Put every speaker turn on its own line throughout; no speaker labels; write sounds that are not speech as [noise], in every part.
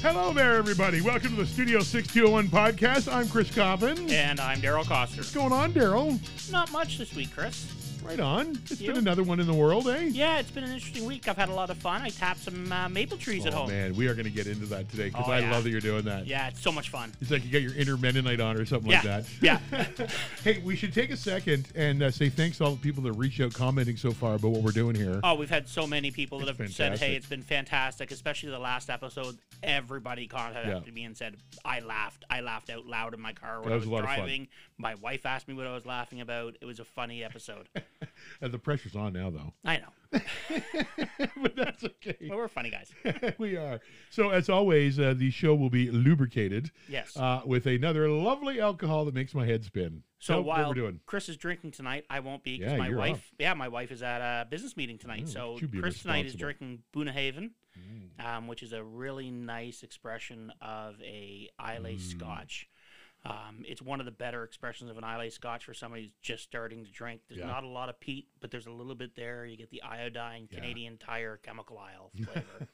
Hello there, everybody. Welcome to the Studio 6201 podcast. I'm Chris Coppin.
And I'm Daryl Coster.
What's going on, Daryl?
Not much this week, Chris.
Right on. It's
You?
been another one in the world, eh?
Yeah, it's been an interesting week. I've had a lot of fun. I tapped some uh, maple trees at
Oh,
home.
man, we are going to get into that today because
Oh,
I
yeah.
love that you're doing that.
Yeah, it's so much fun.
It's like you got your inner Mennonite on or something like
Yeah,
that.
yeah.
[laughs] hey, we should take a second and uh, say thanks to all the people that reached out commenting so far about what we're doing here.
Oh, we've had so many people that
It's
have said,
fantastic.
"Hey, it's been fantastic," especially the last episode. Everybody contacted
Yeah.
me and said, "I laughed. I laughed out loud in my car when
That
I
was
was,
a lot of fun.
driving." My wife asked me what I was laughing about. It was a funny
[laughs]
episode.
Uh, the pressure's on now,
[laughs]
though.
I know,
but that's okay. [laughs]
but we're funny guys.
we are. So, as always, uh, the show will be lubricated
Yes.
uh, with another lovely alcohol that makes my head spin.
So
Tell them
while
what we're doing.
Chris is drinking tonight, I won't be because
Yeah,
my
you're
wife,
off.
yeah, my wife is at a business meeting tonight.
Mm,
so
should be
Chris tonight is
responsible.
drinking Boonahaven,
Mm.
um, which is a really nice expression of a Islay
Mm.
Scotch. Um, it's one of the better expressions of an Islay Scotch for somebody who's just starting to drink. There's
Yeah.
not a lot of peat, but there's a little bit there. You get the iodine,
Yeah.
Canadian Tire,
[laughs]
chemical isle flavor.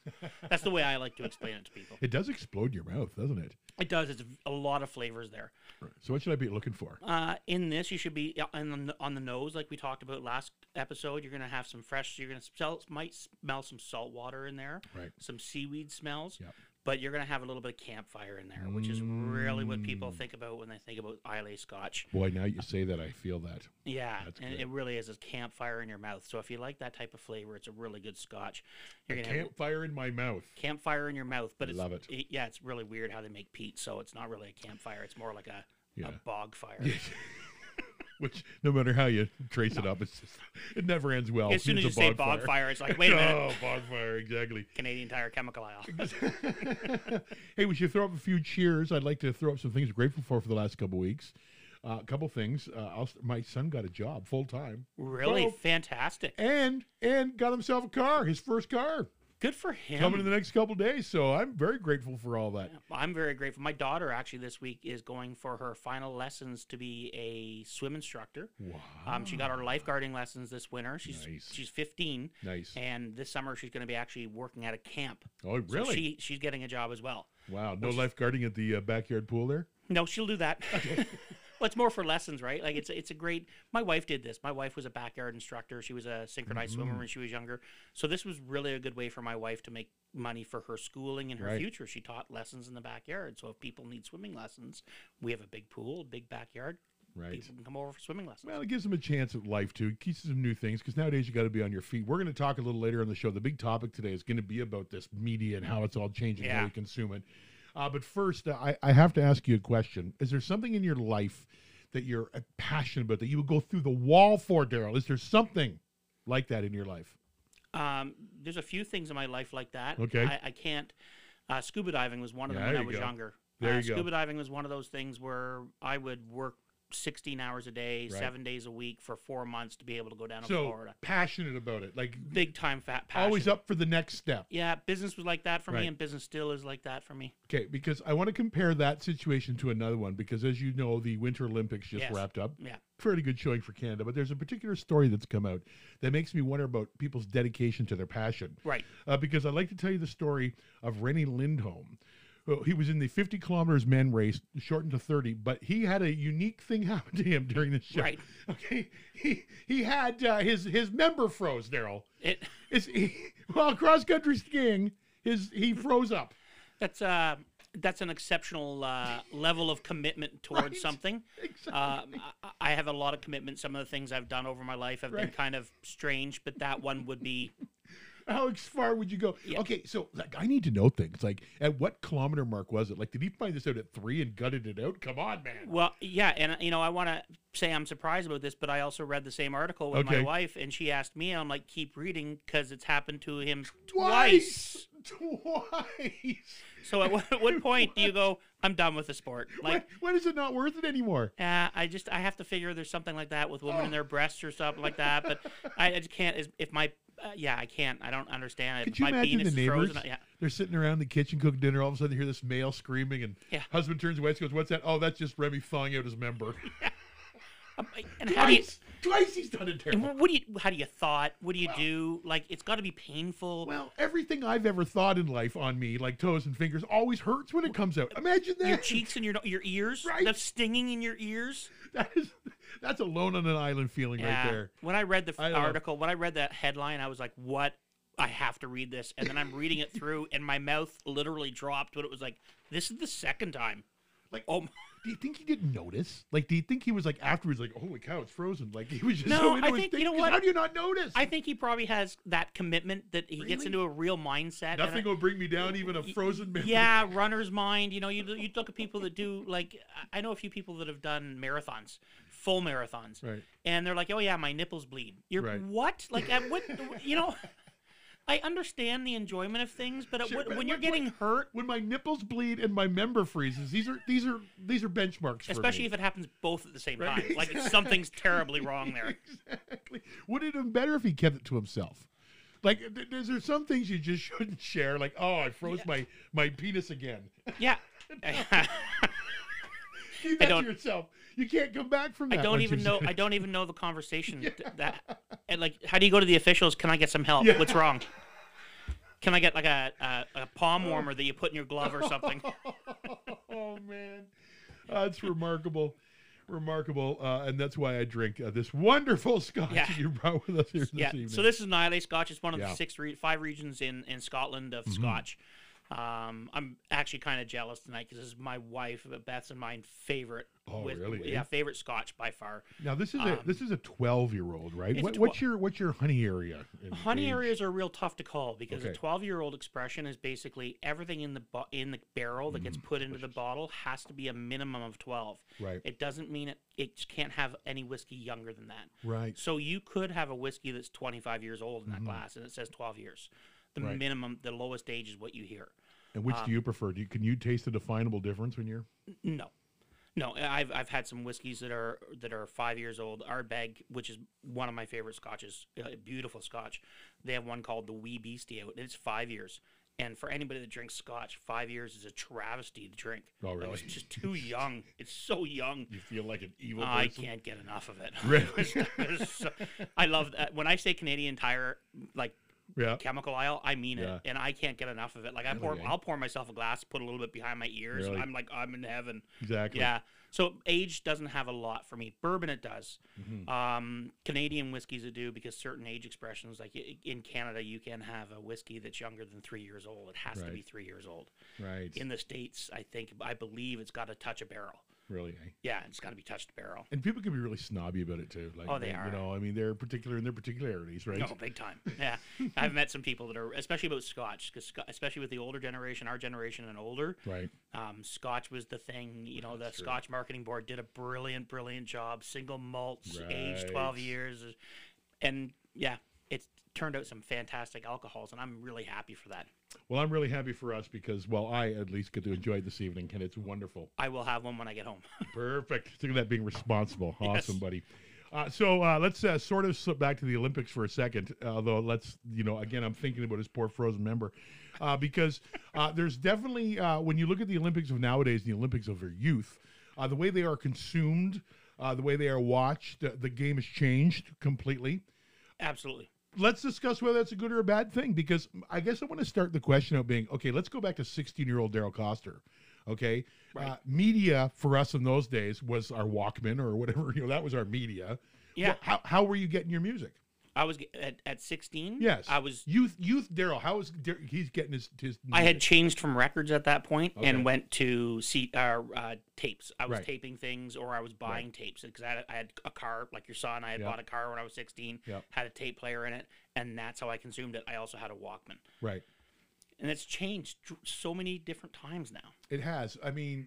That's the way I like to explain it to people.
It does explode your mouth, doesn't it?
It does. It's a lot of flavors there.
So, what should I be looking for?
Uh, in this, you should be uh, on the, on the nose, like we talked about last episode. You're gonna have some fresh. You're gonna smell, might smell some salt water in there,
Right.
some seaweed smells.
Yep.
But you're gonna have a little bit of campfire in there, which is really what people
Mm.
think about when they think about Islay Scotch.
Boy, now you say that, I feel that.
Yeah,
That's
and
good.
it really is a campfire in your mouth. So if you like that type of flavor, it's a really good Scotch. You're
A
gonna have
campfire in my mouth. [laughs]
campfire in your mouth, but it's
Love it.
y- yeah, it's really weird how they make peat. So it's not really a campfire. It's more like a,
Yeah.
a bog fire.
Which, no matter how you trace it up, it's just, it never ends well.
As soon as you
It's a
say bog fire, it's
[laughs]
like wait a minute.
Oh, bonfire, exactly. [laughs]
Canadian Tire Chemical Isle.
hey, we should throw up a few cheers. I'd like to throw up some things we're grateful for for the last couple weeks. A uh, couple things. Uh, I'll, st- my son got a job full time,
Really
Well-
fantastic.
and and got himself a car, his first car,
Good for him.
coming in the next couple days. So I'm very grateful for all that.
I'm very grateful. My daughter actually this week is going for her final lessons to be a swim instructor.
Wow.
Um, she got her lifeguarding lessons this winter. She's
Ah. Nice.
she's 15,
nice.
and this summer she's going to be actually working at a camp.
Oh,
So
really?
she she's getting a job as well.
wow. No
which is-
lifeguarding at the uh, backyard pool there.
No, she'll do that. [laughs] well, it's more for lessons, right? Like it's it's a great. My wife did this. My wife was a backyard instructor. She was a synchronized swimmer
Mm.
when she was younger. So this was really a good way for my wife to make money for her schooling and her
Right.
future. She taught lessons in the backyard. So if people need swimming lessons, we have a big pool, big backyard.
Right.
People can come over for swimming lessons.
Well, it gives them a chance at life too. It teaches them new things because nowadays you got to be on your feet. We're going to talk a little later on the show. The big topic today is going to be about this media and how it's all changing how
Yeah.
we consume it. Uh, but first, uh, I, I have to ask you a question. Is there something in your life that you're uh, passionate about that you would go through the wall for, Daryl? Is there something like that in your life?
Um, there's a few things in my life like that.
Okay.
I, I can't. Uh, scuba diving was one of them
Yeah,
when
there
I
you
was
go.
younger.
There
uh,
you go.
scuba diving was one of those things where I would work 16 hours a day,
Right.
seven days a week for four months to be able to go down to
so
Florida.
passionate about it, like
Big time fat passion.
always up for the next step.
Yeah, business was like that for
Right.
me, and business still is like that for me.
Okay, because I want to compare that situation to another one because, as you know, the Winter Olympics just
Yes.
wrapped up.
Yeah.
Pretty good showing for Canada, but there's a particular story that's come out that makes me wonder about people's dedication to their passion.
Right.
Uh, because I'd like to tell you the story of Rennie Lindholm. Well, He was in the 50 kilometers men race, shortened to 30, but he had a unique thing [laughs] happen to him during the show.
Right.
Okay. He he had uh, his his member froze, Daryl.
It [laughs]
Is he, [laughs] while cross country skiing, his he froze up. [laughs]
that's uh that's an exceptional uh, level of commitment towards
Right.
something.
Exactly.
Um, I, I have a lot of commitment. Some of the things I've done over my life have been
Right.
kind of strange, but that one would be
How ex- far would you go?
Yeah.
Okay, so like I need to know things. Like, at what kilometer mark was it? Like, did he find this out at three and gutted it out? Come on, man.
Well, yeah, and uh, you know, I want to say I'm surprised about this, but I also read the same article with
Okay.
my wife, and she asked me, and I'm like, keep reading because it's happened to him
Twice.
twice.
Twice.
So at what, what point do you go? I'm done with
[laughs]
the sport. [laughs] Like,
when, when is it not worth it anymore?
uh, I just I have to figure there's something like that with
Oh.
women and their breasts or something like that.
[laughs]
But I, I just can't. is- If my uh, yeah, I can't. I don't understand.
Could
if
you
my
imagine
penis
the
is
neighbors?
frozen, yeah.
They're sitting around the kitchen cooking dinner. All of a sudden, they hear this male screaming, and
Yeah.
husband turns away and goes, "What's that? Oh, that's just Remy thawing out his member."
Um, I- and [laughs] how do you?
Twice, twice he's done it
and
terrible.
wh- What do you? How do you thought? What do you do? Like it's got to be painful.
Well, everything I've ever thought in life on me, like toes and fingers, always hurts when it comes out. Imagine that. [laughs]
your cheeks and your your ears.
Right.
The stinging in your ears.
[laughs] That is, that's alone on an island feeling right there.
When I read the
I uh,
f-
know.
article, when I read that headline, I was like, "What? I have to read this." And then I'm reading it through, and my mouth literally dropped. But it was like, "This is the second time."
Like,
Oh my-
do you think he didn't notice? Like, do you think he was like afterwards, like, holy cow, it's frozen? Like, he was just
No,
so
I
into his
think-
thing,
you know
'cause
what?
How do you not notice?
I think he probably has that commitment that he gets
Really?
into a real mindset. and
Nothing
I-
will bring me down, even a
Y-
frozen man.
yeah, runner's mind. You know, you you look at people that do like I- I know a few people that have done marathons, full marathons,
Right.
and they're like, "Oh yeah, my nipples bleed." You're
Right.
what? Like at what?
[laughs]
You know, I understand the enjoyment of things, but, at
Sure,
what,
but
when
at
you're
what
getting hurt,
When my nipples bleed and my member freezes, these are these are these are benchmarks for
especially
me.
if it happens both at the same
Right,
time, like something's terribly wrong there.
[laughs] exactly. Would it have been better if he kept it to himself? Like, th- th- there's some things you just [laughs] shouldn't share. Like, oh, I froze my my penis again. [laughs]
Yeah.
Keep that
don't-
to yourself. You can't come back from
I
that.
don't
once
even
you've [laughs]
know.
said
I
it.
don't even know the conversation th- that. And like, how do you go to the officials? Can I get some help?
Yeah.
What's wrong? Can I get like a, a, a palm warmer that you put in your
[laughs]
glove or something?
oh man, that's remarkable, remarkable, uh, and that's why I drink uh, this wonderful scotch
Yeah.
that you brought with us here this
yeah.
evening.
So this is an Islay Scotch. It's one of
Yeah. Mm-hmm.
the six, re- five regions in in Scotland of Scotch. Um, I'm actually kind of jealous tonight because this is my wife, Beth's and mine favorite.
Oh, really,
Yeah,
eh?
favorite Scotch by far.
now this is a this is a twelve year old, right?
um, it's
What,
twe-
what's your what's your honey area? in
Honey
age?
areas are real tough to call because a
Mm-hmm. Okay.
12 year old expression is basically everything in the bo- in the barrel that gets
Mm-hmm.
put into the bottle has to be a minimum of 12.
Right.
It doesn't mean it, it just can't have any whiskey younger than that.
Right.
So you could have a whiskey that's 25 years old in that glass and it says 12 years. The
Mm-hmm. Right.
minimum, the lowest age is what you hear.
And which
Um,
do you prefer? Do you, can you taste the definable difference when you're?
No. No, I've, I've had some whiskeys that are that are five years old. Our bag, which is one of my favorite scotches, a beautiful scotch. They have one called the Wee Beastie out. and It's five years, and for anybody that drinks scotch, five years is a travesty to drink.
Oh,
Like,
really?
it's
[laughs]
just too young. It's so young.
You feel like an evil
I can't get enough of it.
[laughs] Really?
[laughs] There's so- I love that. When I say Canadian Tire, like
Yeah.
chemical aisle, I mean
Yeah.
it, and I can't get enough of it. Like I pour,
eh?
I'll pour myself a glass, put a little bit behind my ears,
Really?
and I'm like, I'm in heaven.
Exactly.
Yeah. So age doesn't have a lot for me. Bourbon it does.
Mhm.
Um, Canadian whiskeys it do because certain age expressions, like i- in Canada, you can have a whiskey that's younger than three years old. It has to be
Right.
three years old.
Right.
In the states, I think I believe it's got to touch a barrel.
really. eh?
Yeah, it's got to be touched a barrel.
And people can be really snobby about it too. Like,
Oh, they
You
are.
know, I mean, they're particular in their particularities, right?
No, Oh, big time. Yeah, [laughs] I've met some people that are, especially about Scotch, because especially with the older generation, our generation and older,
Right.
Um, Scotch was the thing, you know. The
That's true.
Scotch Marketing Board did a brilliant, brilliant job. Single malts, aged twelve
Right.
years, and yeah, it's turned out some fantastic alcohols, and I'm really happy for that.
Well, I'm really happy for us because, well, I at least get to enjoy it this evening, and it's wonderful.
I will have one when I get home. [laughs]
Perfect. Think of that being responsible. Awesome,
Yes.
buddy. Uh, so uh, let's uh, sort of slip back to the Olympics for a second, although let's, you know, again, I'm thinking about his poor frozen member uh, because uh, there's definitely, uh, when you look at the Olympics of nowadays and the Olympics of our youth, uh, the way they are consumed, uh, the way they are watched, uh, the game has changed completely
Absolutely.
let's discuss whether that's a good or a bad thing because I guess I want to start the question out being okay, let's go back to 16 year old Daryl Coster. Okay. Uh, media for us in those days was our Walkman or whatever. [laughs] You know, that was our media.
Yeah.
Wh- How, how were you getting your music?
I was g- at, at 16.
Yes.
I was.
youth, youth Daryl. How is Dar- he's getting his, his,
I had changed from records at that point
Okay.
and went to see uh, uh, tapes. I was
Right.
taping things, or I was buying tapes because I, had- I had a car, like your son. I had
Yeah.
bought a car when I was 16.
Yeah.
Had a tape player in it, and that's how I consumed it. I also had a Walkman.
right.
and it's changed dr- so many different times now.
It has. I mean,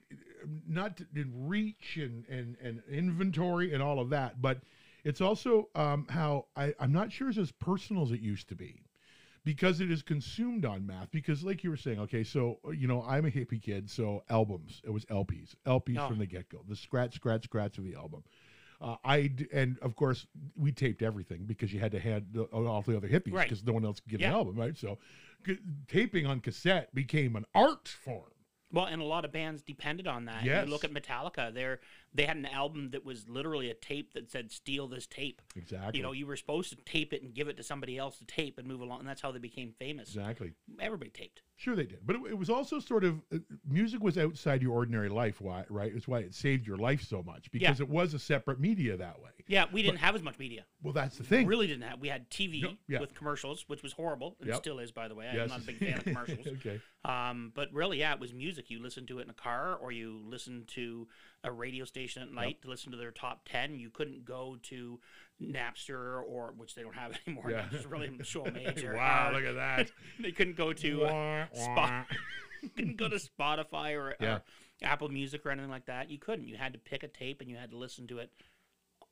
not t- in reach and, and, and inventory and all of that, but it's also um, how I, I'm not sure it's as personal as it used to be because it is consumed on math. Because, like you were saying, okay, so, you know, I'm a hippie kid, so albums, it was LPs, LPs
Oh.
from the get go, the scratch, scratch, scratch of the album. Uh, I d- and of course we taped everything because you had to hand the, off the other hippies
Right.
because no one else could get an
Yeah.
album, right? So, g- taping on cassette became an art form.
Well, and a lot of bands depended on that. You look
Yes.
at Metallica; they're They had an album that was literally a tape that said "Steal this tape."
Exactly.
You know, you were supposed to tape it and give it to somebody else to tape and move along, and that's how they became famous.
exactly.
Everybody taped.
Sure, they did, but it, it was also sort of uh, music was outside your ordinary life. Why, right? It's why it saved your life so much because it was a separate media that way.
Yeah, we didn't have as much media.
Well, that's the thing.
Really didn't have. We had TV
No, yeah.
with commercials, which was horrible and
Yep.
still is, by the way.
Yes.
I'm not a big
[laughs]
fan of commercials.
okay.
Um, but really, yeah, it was music. You listened to it in a car, or you listened to a radio station at night to listen to their top ten. You couldn't go to Napster or which they don't have [laughs] anymore.
Yeah.
Yeah. Napster's really
[laughs]
show my age here.
Wow,
Uh,
look at that.
they couldn't go [laughs] to uh,
Wah,
Spot-
wah.
[laughs] couldn't go to Spotify or,
Yeah.
or Apple Music or anything like that. You couldn't. You had to pick a tape and you had to listen to it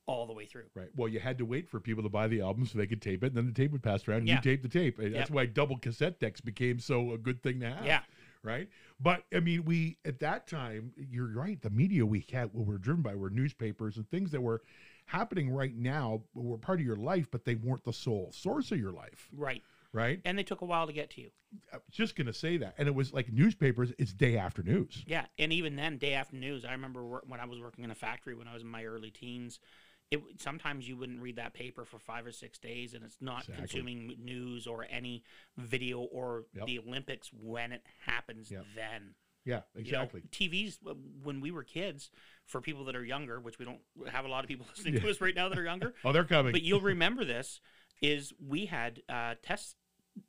all the way through.
Right. Well, you had to wait for people to buy the album so they could tape it, and then the tape would pass around, and
Yeah.
you tape the tape. And That's
Yep.
why double cassette decks became so a good thing to have.
Yeah.
Right. But I mean, we at that time, you're right. The media we had, what we were driven by, were newspapers and things that were happening right now were part of your life, but they weren't the sole source of your life.
Right.
Right.
And they took a while to get to you.
I'm just gonna say that, and it was like newspapers. It's day after news.
Yeah, and even then, day after news. I remember wor- when I was working in a factory when I was in my early teens. It w- sometimes you wouldn't read that paper for five or six days, and it's not
Exactly.
consuming m- news or any video or
Yep.
the Olympics when it happens.
Yep.
Then
Yeah.
you know,
Exactly.
TV's w- when we were kids. For people that are younger, which we don't have a lot of people [laughs] listening
Yeah.
to us right now that
[laughs]
are younger,
Oh, they're coming.
but you'll remember this is we had uh, test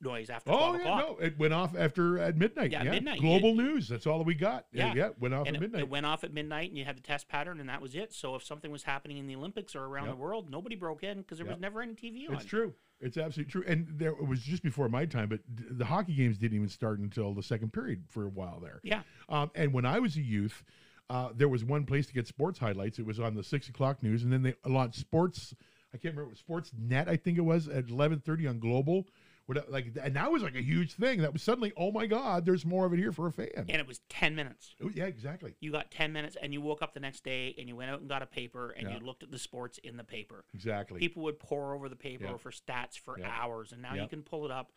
noise after
Oh
twelve
yeah,
o'clock.
no, it went off after at midnight.
Yeah,
Yeah,
at midnight,
Global news. That's all we got. Yeah,
Yeah.
yeah went off
and
at
it-
midnight.
It, went off at midnight, and you had the test pattern, and that was it. So if something was happening in the Olympics or around
Yep.
the world, nobody broke in because there
Yep.
was never any TV on.
it's true. It's absolutely true. And there it was just before my time, but d- the hockey games didn't even start until the second period for a while there.
Yeah,
Um, and when I was a youth, uh, there was one place to get sports highlights. It was on the six o'clock news, and then they launched sports. I can't remember what Sports Net, I think it was at eleven thirty on Global. What, like, and that was like a huge thing. That was suddenly, oh my God, there's more of it here for a fan.
and it was ten minutes.
Oh, yeah exactly,
You got ten minutes, and you woke up the next day, and you went out and got a paper, and
Yeah.
you looked at the sports in the paper.
exactly.
People would pore over the paper
Yeah.
for stats for
Yeah.
hours, and now
Yeah.
you can pull it up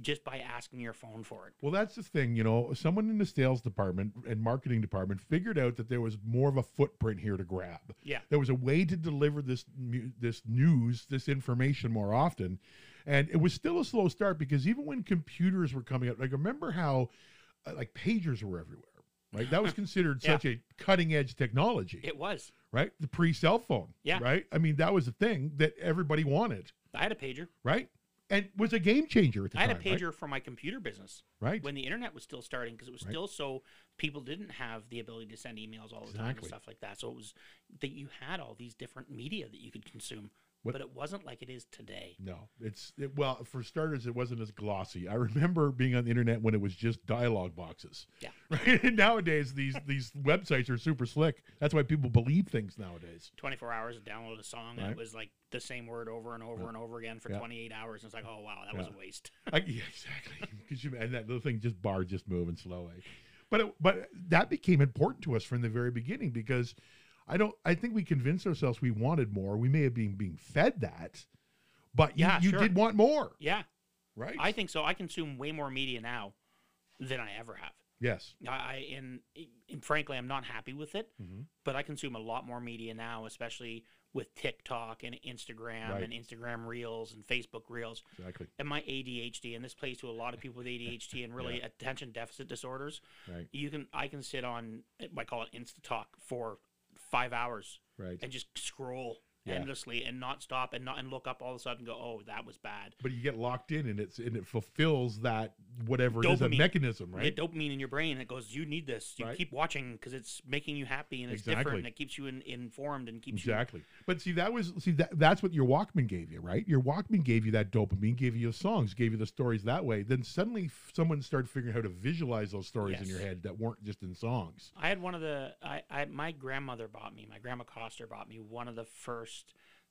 just by asking your phone for it.
Well, that's the thing, you know. Someone in the sales department and marketing department figured out that there was more of a footprint here to grab.
Yeah.
There was a way to deliver this mu- this news, this information more often, and it was still a slow start because even when computers were coming out, like remember how uh, like pagers were everywhere, right? That was
[laughs]
considered
Yeah.
such a cutting edge technology,
It was.
right? The pre cell phone,
Yeah.
right? I mean, that was a thing that everybody wanted,
I had a pager.
right? And was a game changer at the
I had a
time, right?
pager for my computer business.
right?
when the internet was still starting because it was
Right.
still so people didn't have the ability to send emails all the time and
Exactly.
stuff like that. So it was that you had all these different media that you could consume,
What-
but it wasn't like it is today.
No, it's it, well for starters, it wasn't as glossy. I remember being on the internet when it was just dialogue boxes.
Yeah.
[laughs] Right. And nowadays, these these websites are super slick. That's why people believe things nowadays.
24 hours to download a song, and
Right.
it was like the same word over and over and over again for
Yeah.
28 hours. And it's like, oh, wow, that was
Yeah.
a waste.
I, yeah, exactly. [laughs] Because you and that little thing just bar just moving slow. eh? But it, but that became important to us from the very beginning because I don't. I think we convinced ourselves we wanted more. We may have been being fed that, but you-
Yeah,
you,
sure.
did want more,
Yeah,
right?
I think so. I consume way more media now than I ever have.
yes.
I, I and, and frankly, I'm not happy with it.
Mhm.
but I consume a lot more media now, especially with TikTok and Instagram
Right.
and Instagram Reels and Facebook Reels.
Exactly.
And my ADHD, and this plays to a lot of people with ADHD and really attention deficit disorders.
Right.
You can I can sit on I call it InstaTalk for five hours
Right.
and just scroll
Yeah.
endlessly and not stop and not and look up all of a sudden and go, oh, that was bad.
but you get locked in and it's and it fulfills that whatever it is a
Dopamine.
mechanism
You
right
get dopamine in your brain that goes, you need this. You
Right.
keep watching because it's making you happy and it's
Exactly.
different and it keeps you in, informed and keeps you
exactly but see that was see that that's what your walkman gave you right your walkman gave you that dopamine gave you the songs gave you the stories that way then suddenly f- someone started figuring out how to visualize those stories in your
Yes.
head that weren't just in songs
I had one of the I, I my grandmother bought me, my grandma Coster bought me one of the first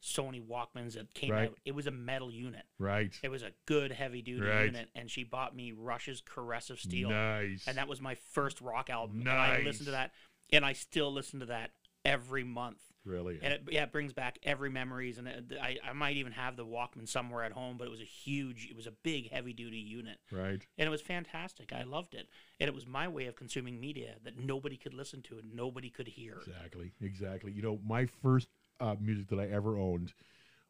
Sony Walkmans that came
Right.
out. It was a metal unit.
right
It was a good heavy duty
Right.
unit and she bought me Rush's Caress of Steel.
nice
And that was my first rock album. And I listened to
Nice.
that and I still listen to that every month.
Really?
and it, yeah, it brings back every memories. And it, I, I might even have the Walkman somewhere at home, but it was a huge, it was a big, heavy duty unit,
right.
and it was fantastic. I loved it, and it was my way of consuming media that nobody could listen to and nobody could hear.
Exactly. Exactly. You know, my first uh, music that I ever owned,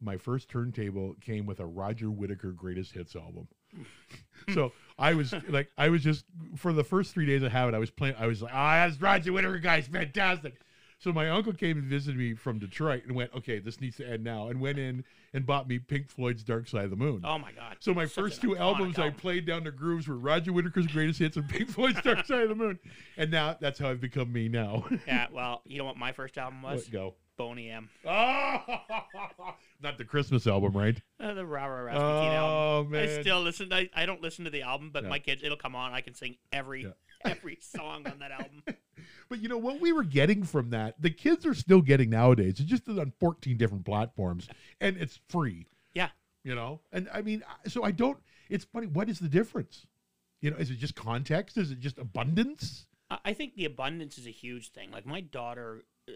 my first turntable came with a Roger Whittaker greatest hits album. [laughs] so I was like, I was just for the first three days I have it, I was playing. I was like, ah, that's Roger Whittaker, guys, fantastic. So my uncle came and visited me from Detroit and went, okay, this needs to end now, and went in and bought me Pink Floyd's Dark Side of the Moon.
Oh my God!
So my
such an
first two
iconic
albums I
album.
played down the grooves were Roger Whittaker's greatest hits and Pink Floyd's Dark Side of the Moon, and now that's how I've become me now.
yeah, well, you know what my first album
[laughs]
was?
Let go.
Boney M,
[laughs] Oh, not the Christmas album, right?
uh, the Rara Rasputin album.
Oh man,
I still listen. I, I don't listen to the album, but
Yeah.
my kids, it'll come on. I can sing every
Yeah.
every song on that album.
but you know what we were getting from that, the kids are still getting nowadays. It's just on 14 different platforms, and it's free.
Yeah.
you know, and I mean, I- so I don't. It's funny. What is the difference? You know, is it just context? Is it just abundance?
I I think the abundance is a huge thing. Like my daughter uh,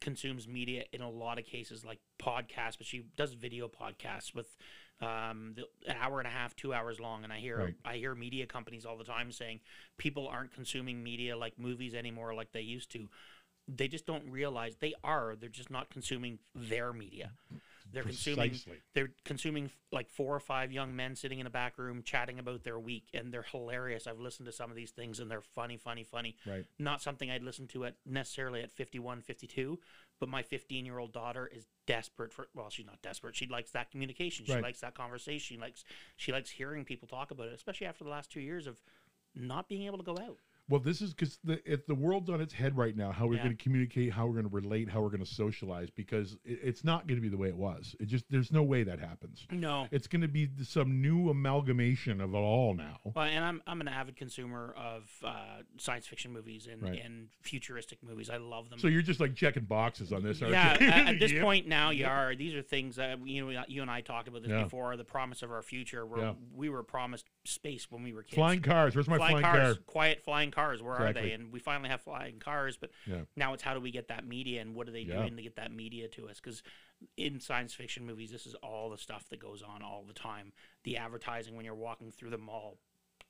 consumes media in a lot of cases, like podcasts, but she does video podcasts with um, the, an hour and a half, two hours long. And I hear
Right.
I hear media companies all the time saying people aren't consuming media like movies anymore, like they used to. They just don't realize they are. They're just not consuming their media. They're consuming
Precisely.
they're consuming f- like four or five young men sitting in a back room chatting about their week and they're hilarious i've listened to some of these things and they're funny funny funny
Right.
not something i'd listen to at necessarily at 51 52 but my 15 year old daughter is desperate for well she's not desperate she likes that communication she
Right.
likes that conversation she likes she likes hearing people talk about it especially after the last two years of not being able to go out
Well, this is because the if the world's on its head right now. How we're
Yeah.
going to communicate, how we're going to relate, how we're going to socialize, because it, it's not going to be the way it was. It just there's no way that happens.
no
It's going to be th- some new amalgamation of it all now.
Well, and I'm I'm an avid consumer of uh, science fiction movies and,
Right.
and futuristic movies. I love them.
So you're just like checking boxes on this, aren't
yeah,
you?
at,
[laughs]
at this
Yep.
point now, you are. These are things that you know. You and I talked about this
Yeah.
before. The promise of our future. Where
Yeah.
we were promised space when we were kids.
flying cars. Where's my flying,
Flying
car?
cars, quiet flying cars. Where are
Exactly.
they? And we finally have flying cars, but
Yeah.
now it's how do we get that media and what are they
Yeah.
doing to get that media to us? Because in science fiction movies, this is all the stuff that goes on all the time. The advertising when you're walking through the mall,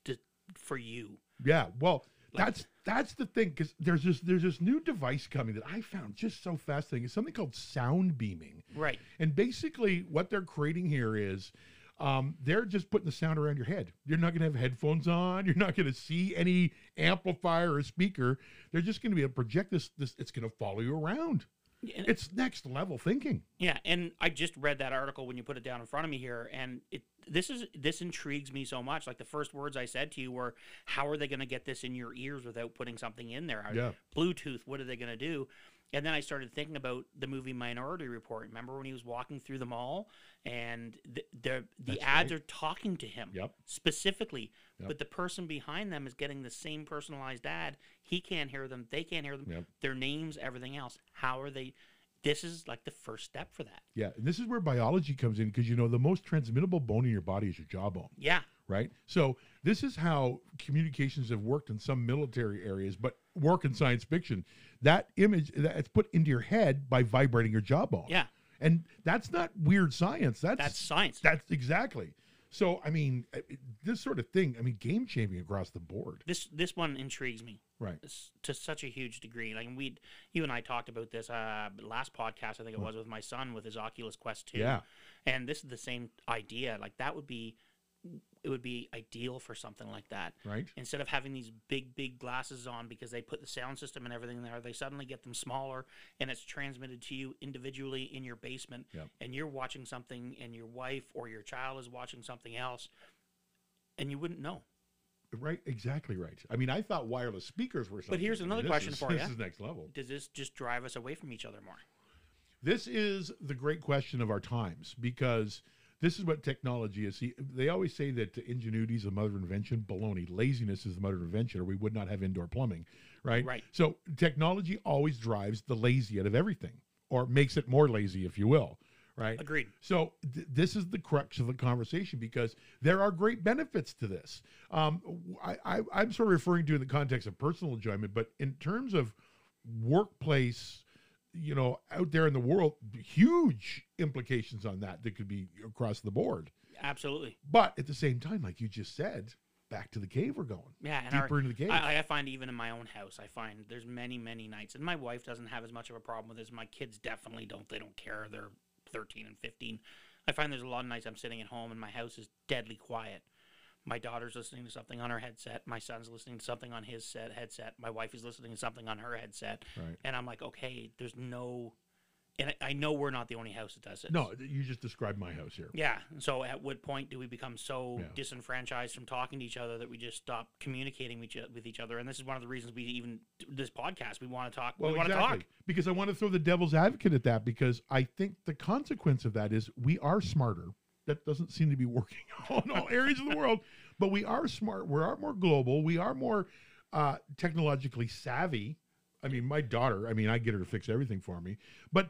to, for you.
Yeah. Well,
Like-
that's that's the thing because there's this there's this new device coming that I found just so fascinating. It's something called sound beaming,
Right.
and basically what they're creating here is. Um, they're just putting the sound around your head. You're not going to have headphones on. You're not going to see any amplifier or speaker. They're just going to be able to project this. This it's going to follow you around.
And-
It's next level thinking.
Yeah, and I just read that article when you put it down in front of me here, and it this is this intrigues me so much. Like the first words I said to you were, "How are they going to get this in your ears without putting something in there? Are-
Yeah.
Bluetooth. What are they going to do?" And then I started thinking about the movie Minority Report. Remember when he was walking through the mall and the the,
That's
the ads are talking to him
Yep.
specifically,
Yep.
but the person behind them is getting the same personalized ad. He can't hear them. They can't hear them.
Yep.
Their names, everything else. How are they? This is like the first step for that.
Yeah, and this is where biology comes in because you know the most transmittable bone in your body is your jawbone,
Yeah,
right? So this is how communications have worked in some military areas, but work in science fiction. That image that's put into your head by vibrating your jawbone.
yeah,
and that's not weird science. That's
that's
that's,
science.
exactly. So I mean, uh, it- this sort of thing. I mean, game changing across the board,
this this one intrigues me
right?
s- to such a huge degree. Like we, you and I talked about this uh, last podcast. I think it was with my son with his Oculus Quest two.
Yeah,
and this is the same idea. Like that would be, it would be ideal for something like that.
right.
instead of having these big big glasses on because they put the sound system and everything there they suddenly get them smaller and it's transmitted to you individually in your basement
Yep.
and you're watching something and your wife or your child is watching something else and you wouldn't know
Right, exactly right. I mean, I thought wireless speakers were. something,
here's
I mean,
another
this
question
is-
for
This
ya.
is next level.
does this just drive us away from each other more
This is the great question of our times because this is what technology is. See, they always say that ingenuity is the mother of invention. Baloney. Laziness is the mother of invention, or we would not have indoor plumbing, right?
Right.
So technology always drives the lazy out of everything, or makes it more lazy, if you will, right?
agreed
So th- this is the crux of the conversation because there are great benefits to this. Um, w- I, am sort of referring to in the context of personal enjoyment, but in terms of workplace you know, out there in the world, huge implications on that that could be across the board.
Absolutely.
But at the same time, like you just said, back to the cave we're going.
Yeah. And our,
Deeper into the cave.
I, I find even in my own house, I find there's many, many nights, and my wife doesn't have as much of a problem with this. My kids definitely don't. They don't care. They're 13 and 15. I find there's a lot of nights I'm sitting at home and my house is deadly quiet. My daughter's listening to something on her headset. My son's listening to something on his set headset. My wife is listening to something on her headset,
right.
and I'm like, okay, there's no. And I, I know we're not the only house that does this.
No, you just described my house here.
Yeah. So at what point do we become so
Yeah.
disenfranchised from talking to each other that we just stop communicating with each, with each other? And this is one of the reasons we even this podcast. We want to talk. we want to talk.
Because I want to throw the devil's advocate at that because I think the consequence of that is we are smarter. That doesn't seem to be [laughs] working on all areas of the world, but we are smart. We are more global. We are more uh, technologically savvy. I mean, my daughter, I mean, I get her to fix everything for me, but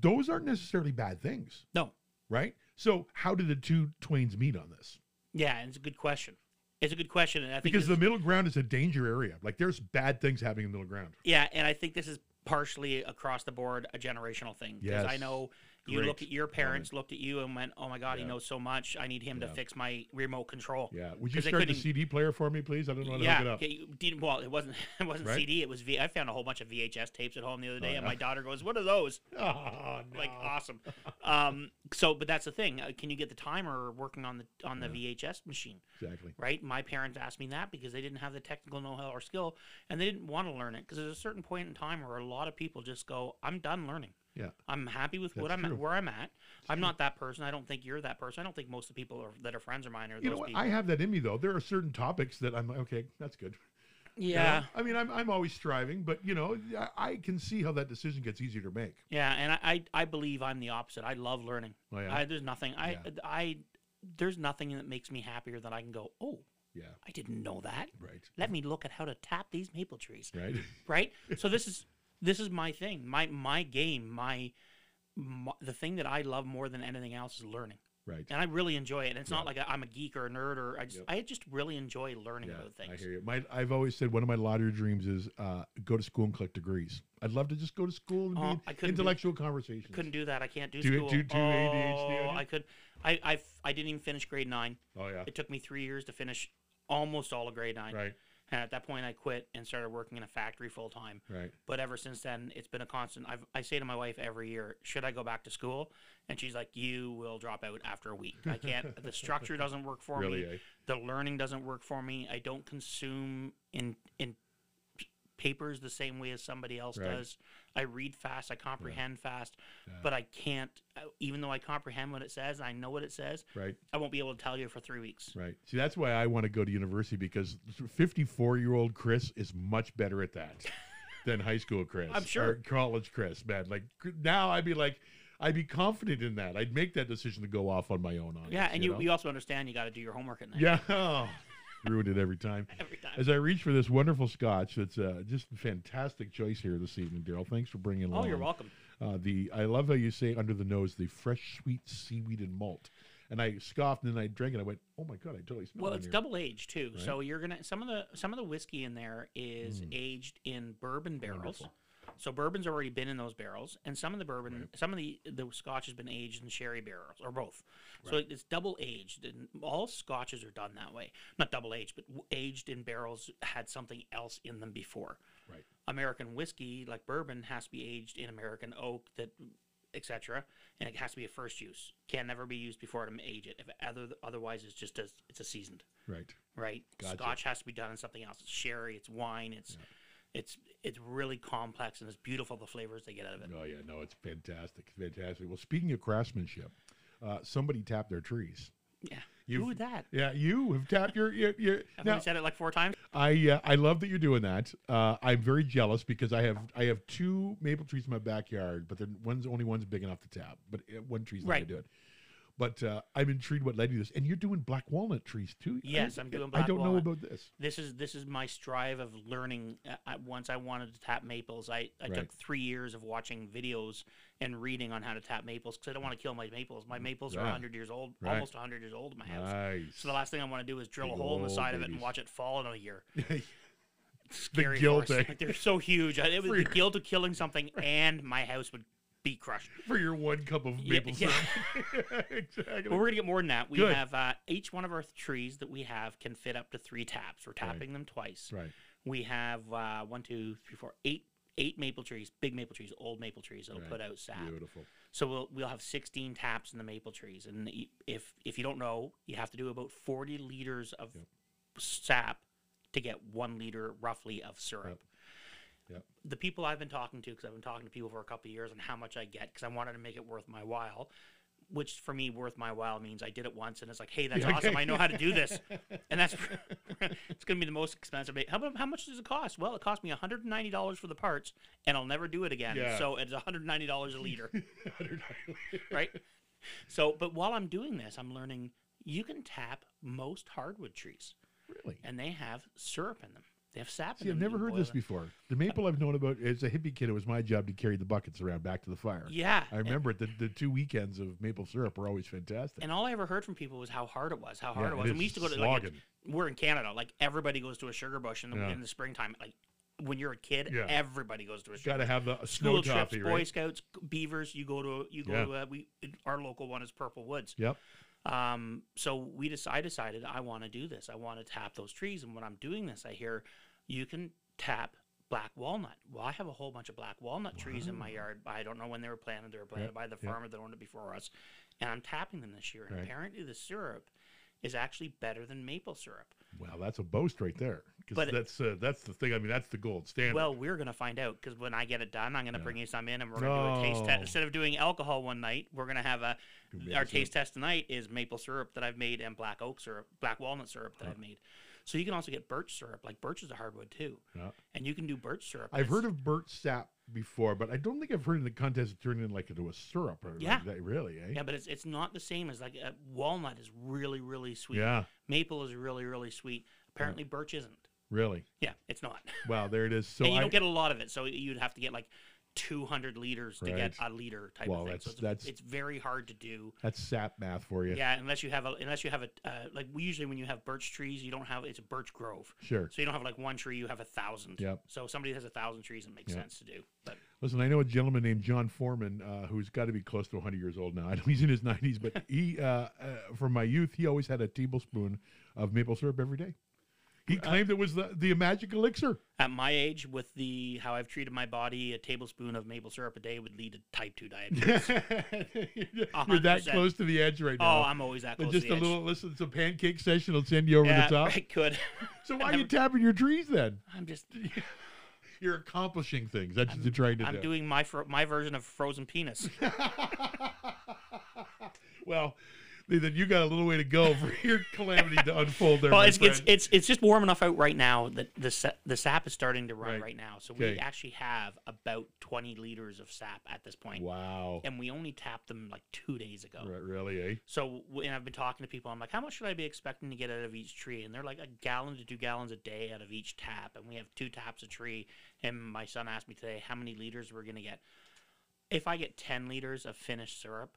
those aren't necessarily bad things,
No.
right? So, how did the two twains meet on this?
Yeah, and it's a good question. It's a good question, and I think
Because
this-
the middle ground is a danger area. Like, there's bad things happening in the middle ground.
Yeah, and I think this is partially across the board a generational thing. Because I
Yes.
know you look
Great
at your parents, looked at you, and went, "Oh my God, he
Yeah.
knows so much. I need him to
Yeah.
fix my remote control."
Yeah. Would you
'Cause they
start the
couldn't-
CD player for me, please? I don't know how to hook it up.
okay, you didn't- well, it wasn't [laughs] it wasn't
Right? Oh,
CD. It was V. I found a whole bunch of VHS tapes at home the other day, and
yeah.
my daughter goes, "What are those?"
[laughs] Oh, no.
Like uh, awesome. um, so, but that's the thing. Uh, can you get the timer working on the on the VHS machine?
exactly.
right? My parents asked me that because they didn't have the technical know-how or skill, and they didn't want to learn it because there's a certain point in time where a lot of people just go, "I'm done learning.
Yeah.
I'm happy with what
That's
I'm at,
true.
where I'm at. I'm not that person. I don't think you're that person. I don't think most of the people are, that are friends of mine are
You know
those
what?
people."
I have that in me though. There are certain topics that I'm like, okay, that's good. You know?
yeah,
I mean, I'm I'm always striving, but you know, I, I can see how that decision gets easier to make.
yeah, and I, I I believe I'm the opposite. I love learning.
Oh, yeah.
I, there's nothing I
Yeah.
I there's nothing that makes me happier than I can go, "Oh,
yeah.
I didn't know that.
Right.
Let me look at how to tap these maple trees."
Right. [laughs]
right? So this is this is my thing, my my game, my, my the thing that I love more than anything else is learning,
right.
and I really enjoy it. And it's not
Yeah.
like I- I'm a geek or a nerd or I just
Yep.
I just really enjoy learning
Yeah,
about
I
things.
hear you. My, I've always said one of my lottery dreams is uh, go to school and collect degrees. I'd love to just go to school and
Oh,
be in
I couldn't do-
intellectual conversations.
Couldn't do that. I can't do
Do you-
school.
do- do
oh,
ADHD on you?
I could. I I I didn't even finish grade nine.
oh yeah,
It took me three years to finish almost all of grade nine.
right,
And at that point, I quit and started working in a factory full time.
right.
But ever since then, it's been a constant. I've, I say to my wife every year, "Should I go back to school?" And she's like, "You will drop out after a week. I can't.
[laughs]
the structure doesn't work for
really,
me.
eh?
The learning doesn't work for me. I don't consume in in papers the same way as somebody else
Right.
does. I read fast. I comprehend fast.
Yeah.
But I can't. uh, Even though I comprehend what it says, I know what it says.
right.
I won't be able to tell you for three weeks.
Right. See, that's why I want to go to university because 54 year old Chris is much better at
[laughs]
that than high school Chris.
I'm
or
sure.
college Chris, man. Like cr- now I'd be like, I'd be confident in that. I'd make that decision to go off on my own. On
Yeah,
it,
and you,
know?
you also understand you got to do your homework at night.
yeah. [laughs] Oh, ruined it every time.
[laughs] every time.
As I reach for this wonderful scotch, that's uh, just a fantastic choice here this evening, Daryl. Thanks for bringing
Oh,
along.
you're welcome.
Uh, the I love how you say under the nose the fresh, sweet seaweed and malt. And I scoffed and then I drank it. I went, oh my god, I totally smell
Well,
it
it's
here.
double aged too.
Right.
So you're gonna some of the some of the whiskey in there is aged in bourbon barrels.
Wonderful.
So bourbon's already been in those barrels, and some of the bourbon, some of the the Scotch has been aged in sherry barrels or both. So it's double aged, and all Scotches are done that way. Not double aged, but w- aged in barrels had something else in them before.
Right.
American whiskey, like bourbon, has to be aged in American oak, that etc. And it has to be a first use. Can never be used before to age it. If other otherwise, it's just as it's a seasoned
Right.
right?
Gotcha.
Scotch has to be done in something else. It's sherry, it's wine, it's it's it's really complex and it's beautiful the flavors they get out of it.
Oh yeah, no, it's fantastic, fantastic. Well, speaking of craftsmanship, uh, somebody tapped their trees.
Yeah.
You've-
Who would that?
Yeah, you have tapped your. your, your
[laughs] I've
now,
only said it like four times.
I uh, I love that you're doing that. Uh, I'm very jealous because I have I have two maple trees in my backyard, but then one's only one's big enough to tap, but uh, one tree's not
Right.
gonna do it. But uh, I'm intrigued what led you to this, and you're doing black walnut trees too. I
Yes,
don't-
I'm doing
I
black
don't
walnut.
know about this.
This is this is my strive of learning. Uh, I, once I wanted to tap maples, I, I
Right.
took three years of watching videos and reading on how to tap maples because I don't want to kill my maples. My maples are
Yeah.
100 years old,
Right.
almost 100 years old in my house.
Nice.
So the last thing I want to do is drill
Big
a hole in the
old
side of it and
babies.
watch it fall in a year. scary. for
guilt,
us.
eh?
Like, they're so huge. I- It was
For
the
your-
guilt of killing something, and my house would be crushed.
[laughs] for your one cup of
Yeah,
maple
yeah.
syrup. [laughs] exactly.
But we're gonna get more than that. We
Good.
have uh, each one of our trees that we have can fit up to three taps. We're tapping them twice.
right.
We have uh, one, two, three, four, eight, eight maple trees, big maple trees, old maple trees that'll
Right.
put out sap.
Beautiful.
So we'll we'll have 16 taps in the maple trees, and i- if if you don't know, you have to do about 40 liters of
Yep.
sap to get one liter roughly of syrup.
Yep.
The people I've been talking to, because I've been talking to people for a couple of years on how much I get, because I wanted to make it worth my while. Which for me, worth my while means I did it once, and it's like, hey, that's
[laughs] Yeah,
awesome!
okay.
I know how to
[laughs]
do this, and that's [laughs] it's going to be the most expensive. How, mu- how much does it cost? Well, it cost me 190 dollars for the parts, and I'll never do it again.
Yeah.
So it's 190 dollars a liter right? So, but while I'm doing this, I'm learning you can tap most hardwood trees,
really?
and they have syrup in them. They have sap in
See, I've
them. you
never
can
heard
boil
this
it.
before. The maple I've known about as a hippie kid, it was my job to carry the buckets around back to the fire.
Yeah,
I remember it. The, the two weekends of maple syrup were always fantastic.
And all I ever heard from people was how hard it was, how hard
Yeah,
it
it
was. And
is
we used to go to like
slogging.
we're in Canada, like everybody goes to a sugar bush in the
Yeah.
in the springtime. Like when you're a kid,
Yeah.
everybody goes to a sugar.
Got to have the snow
School trips,
toffee,
Boy
right?
Scouts, c- Beavers. You go to you go
Yeah.
to a, we our local one is Purple Woods.
Yep.
Um, so we just, I decided I want to do this. I want to tap those trees. And when I'm doing this, I hear you can tap black walnut. Well, I have a whole bunch of black walnut trees in my
Wow.
yard. I don't know when they were planted. They were planted by the
yeah.
farmer that owned it before us. And I'm tapping them this year. And
Right.
apparently the syrup is actually better than maple syrup.
Wow, that's a boast right there. Because
But-
that's uh, that's the thing. I mean, that's the gold standard.
Well, we're going to find out because when I get it done, I'm going to
Yeah.
bring you some in and we're going to do a taste
No.
test. Instead of doing alcohol one night, we're going to have a,
Do
our
maple syrup.
taste test tonight is maple syrup that I've made and black oak syrup, black walnut syrup that
Huh.
I've made. So you can also get birch syrup. Like birch is a hardwood too,
Yeah.
and you can do birch syrup.
I've heard of birch sap before, but I don't think I've heard in the contest it turned into like into a syrup or
Yeah.
like that. Really, eh?
Yeah, but it's it's not the same as like uh walnut is really really sweet.
Yeah,
Maple is really really sweet. Apparently birch isn't.
really.
Yeah, it's not.
Wow, there it is. So
and you
I,
don't get a lot of it, so you'd have to get like. 200 liters to get a liter type
Well,
of thing.
that's-
so it's,
that's-
it's very hard to do.
that's sap math for you.
Yeah. unless you have a unless you have a uh, like we usually when you have birch trees, you don't have it's a birch grove.
Sure.
So you don't have like one tree, you have a thousand.
Yep.
So if somebody has a thousand trees, it makes
Yep.
sense to do. But
Listen, I know a gentleman named John Foreman uh, who's got to be close to 100 years old now. [laughs] I know he's in his 90s,
[laughs]
but he, uh, uh, from my youth, he always had a tablespoon of maple syrup every day. He
Uh,
claimed it was the, the magic elixir. [laughs]
at my age, with the how I've treated my body, a tablespoon of maple syrup a day would lead to type
[laughs]
two diabetes.
You're that
100%.
close to the edge right
oh,
now.
I'm always that
And
close.
just
to the
a
edge.
little, listen, it's a pancake session will send you over
yeah,
the top.
I could. [laughs]
So why are you tapping your trees then?
I'm
[laughs]
just
You're accomplishing things. That's what you're trying to
I'm
do.
doing my fro- my version of frozen penis.
[laughs] well, then you got a little way to go for your calamity to unfold there.
Well,
my
it's, it's
friend.
it's it's just warm enough out right now that the sa- the sap is starting to run
Right.
right, now. So
Okay.
we actually have about 20 liters of sap at this point.
wow.
and we only tapped them like two days ago.
Right, really, eh?
So, w- and I've been talking to people. I'm like, how much should I be expecting to get out of each tree? And they're like a gallon to two gallons a day out of each tap. And we have two taps a tree. And my son asked me today how many liters we're going to get. If I get 10 liters of finished syrup,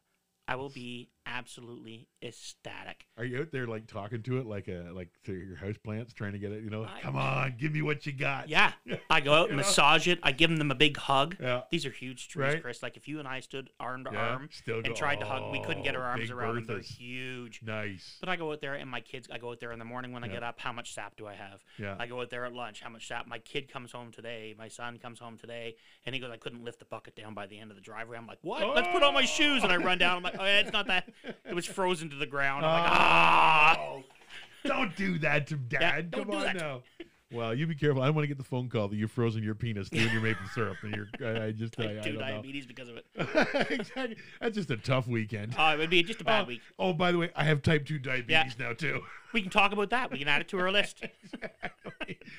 I will be absolutely ecstatic.
Are you out there like talking to it like a like to your house plants trying to get it? You know,
I-
come on, give me what you got.
Yeah. I go out
[laughs]
and
Yeah.
massage it. I give them a big hug.
Yeah.
These are huge trees,
Right.
Chris. Like if you and I stood arm to
yeah.
arm
Still
and
go-
tried to hug, we couldn't get our
oh,
arms
Big
around them. They're
Berthas.
huge.
Nice.
But I go out there and my kids, I go out there in the morning when I
Yeah. Uh.
get up, how much sap do I have?
Yeah.
I go out there at lunch, how much sap? My kid comes home today, my son comes home today, and he goes, I couldn't lift the bucket down by the end of the driveway. I'm like, what? Let's put on my shoes. And I run down. I'm like, oh, yeah, it's not that. It was frozen to the ground. I'm like, ah.
Oh, don't do that to Dad.
don't
Come
do
on
that. [laughs]
now. Well, you be careful. I don't want to get the phone call that you've frozen your penis doing your maple syrup, and you're. I, I
[laughs]
just. I, I
Type 2
don't know.
diabetes because of it.
[laughs] exactly. That's just a tough weekend.
Oh, it would be just a bad
Oh,
week.
Oh, by the way, I have type 2 diabetes now,
[laughs]
too.
We can talk about that. We can add it to
[laughs]
our list.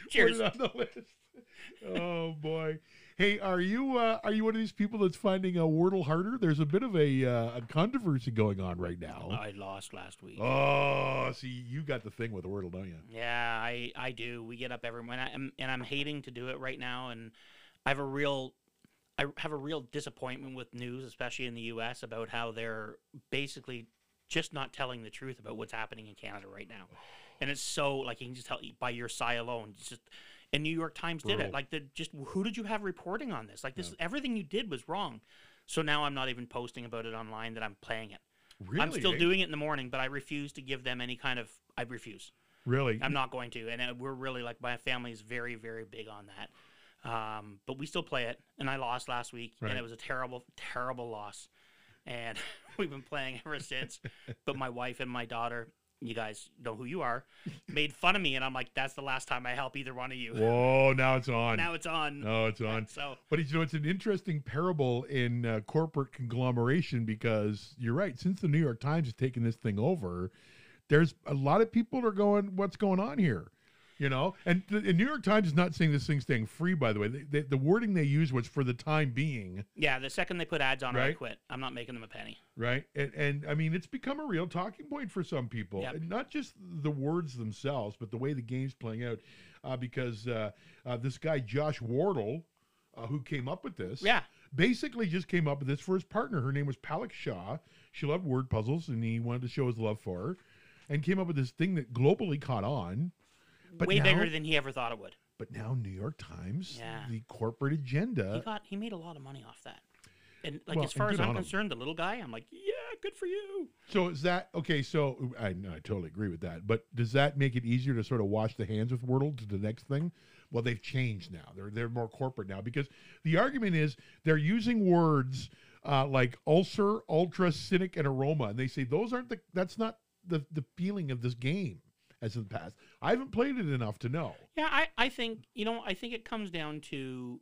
Cheers.
Put it on the list. Oh, boy. Hey, are you uh, are you one of these people that's finding a Wordle harder? There's a bit of a, uh, a controversy going on right now.
I lost last week.
Oh, see, you got the thing with Wordle, don't you?
Yeah, I I do. We get up every morning, and I'm, and I'm hating to do it right now. And I have a real, I have a real disappointment with news, especially in the U.S., about how they're basically just not telling the truth e, about what's happening in Canada right now. And it's so like you can just tell by your sigh alone, it's just And New York Times did
Brutal.
it. Like the just who did you have reporting on this? Like this everything you did was wrong. So now I'm not even posting about it online that I'm playing it.
Really?
I'm still
eh?
doing it in the morning, but I refuse to give them any kind of I refuse.
Really?
I'm not going to. And uh, we're really like my family's very very big on that. Um, but we still play it, and I lost last week, and
Right.
it was a terrible terrible loss. And [laughs] we've been playing ever since.
[laughs]
but my wife and my daughter, you guys know who you are, made fun of me, and I'm like, that's the last time I help either one of you.
Whoa! Now it's on.
[laughs] Now it's on.
no, it's on.
So
But you know, it's an interesting parable in uh, corporate conglomeration because you're right. Since the New York Times has taken this thing over, there's a lot of people that are going, "What's going on here?" You know, and the and New York Times is not saying this thing's staying free. By the way, they, they, the wording they use was for the time being,
yeah, the second they put ads on, it, I
Right.
quit. I'm not making them a penny.
right? And and I mean, it's become a real talking point for some people,
Yep.
and not just the words themselves, but the way the game's playing out. Uh, because uh, uh, this guy Josh Wardle, uh, who came up with this,
Yeah,
basically just came up with this for his partner. Her name was Palak Shah. She loved word puzzles and he wanted to show his love for her and came up with this thing that globally caught on. But
way
now,
bigger than he ever thought it would.
but now New York Times,
Yeah.
the corporate
he
agenda.
got he made a lot of money off that. And like
Uh, Well,
as far
and
as
good
I'm
on him.
concerned, the little guy, I'm like, yeah, good for you.
So is that okay? So I no, I totally agree with that. But does that make it easier to sort of wash the hands with Wordle to the next thing? Well, they've changed now. They're they're more corporate now because the argument is they're using words uh, like ulcer, ultra, cynic, and aroma, and they say those aren't the that's not the the feeling of this game as in the past. I haven't played it enough to know.
Yeah, I, I think you know, I think it comes down to